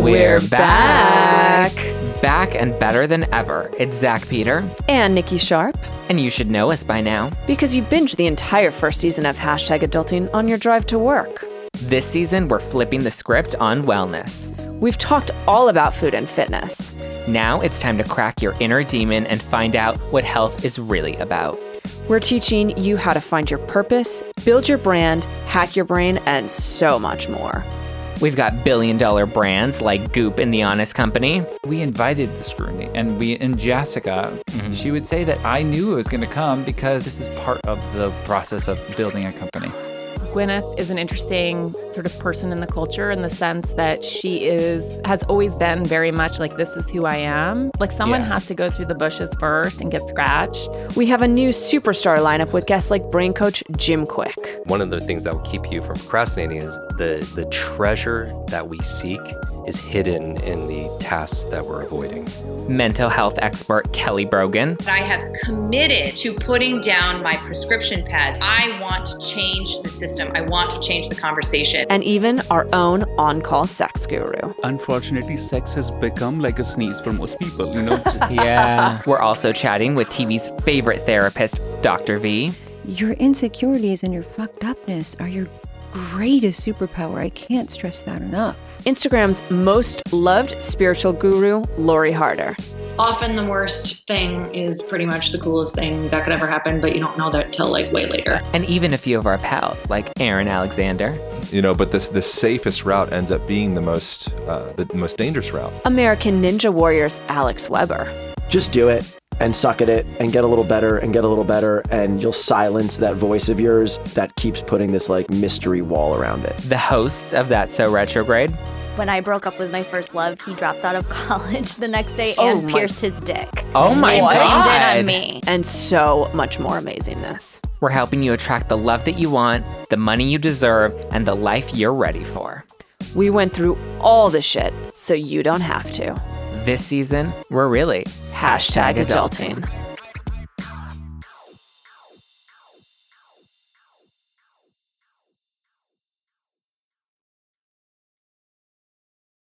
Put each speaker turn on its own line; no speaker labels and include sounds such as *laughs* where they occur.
We're back.
back.
Back and better than ever. It's Zach Peter,
And Nikki Sharp,
and you should know us by now.
because you binged the entire first season of Hashtag Adulting on your drive to work.
This season, we're flipping the script on wellness.
We've talked all about food and fitness.
Now it's time to crack your inner demon and find out what health is really about.
We're teaching you how to find your purpose, build your brand, hack your brain, and so much more.
We've got billion dollar brands like Goop and The Honest Company.
we invited the scrutiny and we and jessica she would say that i knew it was going to come because this is part of the process of building a company
Gwyneth is an interesting sort of person in the culture in the sense that she is has always been very much like this is who I am. Like someone
Yeah.
has to go through the bushes first and get scratched.
We have a new superstar lineup with guests like brain coach Jim Quick.
One of the things that will keep you from procrastinating is the the treasure that we seek is hidden in the tasks that we're avoiding.
Mental health expert Kelly Brogan.
I have committed to putting down my prescription pad. I want to change the system. I want to change the conversation.
And even our own on call sex guru.
Unfortunately, sex has become like a sneeze for most people, you know?
Yeah. We're also chatting with TV's favorite therapist, Dr. V.
*laughs* Your insecurities and your fucked upness are your greatest superpower. I can't stress that enough.
Instagram's most loved spiritual guru, Lori Harder.
often the worst thing is pretty much the coolest thing that could ever happen, but you don't know that till like way later.
and even a few of our pals like Aaron Alexander.
you know but this the safest route ends up being the most uh, the most dangerous route
American Ninja Warriors Alex Weber.
Just do it and suck at it and get a little better and get a little better and you'll silence that voice of yours that keeps putting this like mystery wall around it.
The hosts of That So Retrograde,
When I broke up with my first love, he dropped out of *laughs* college the next day
Oh
and
my-
pierced his dick.
Oh my
and
God.
blamed it on me.
and so much more amazingness.
we're helping you attract the love that you want, the money you deserve, and the life you're ready for.
We went through all the shit so you don't have to.
This season, we're really
Hashtag adulting.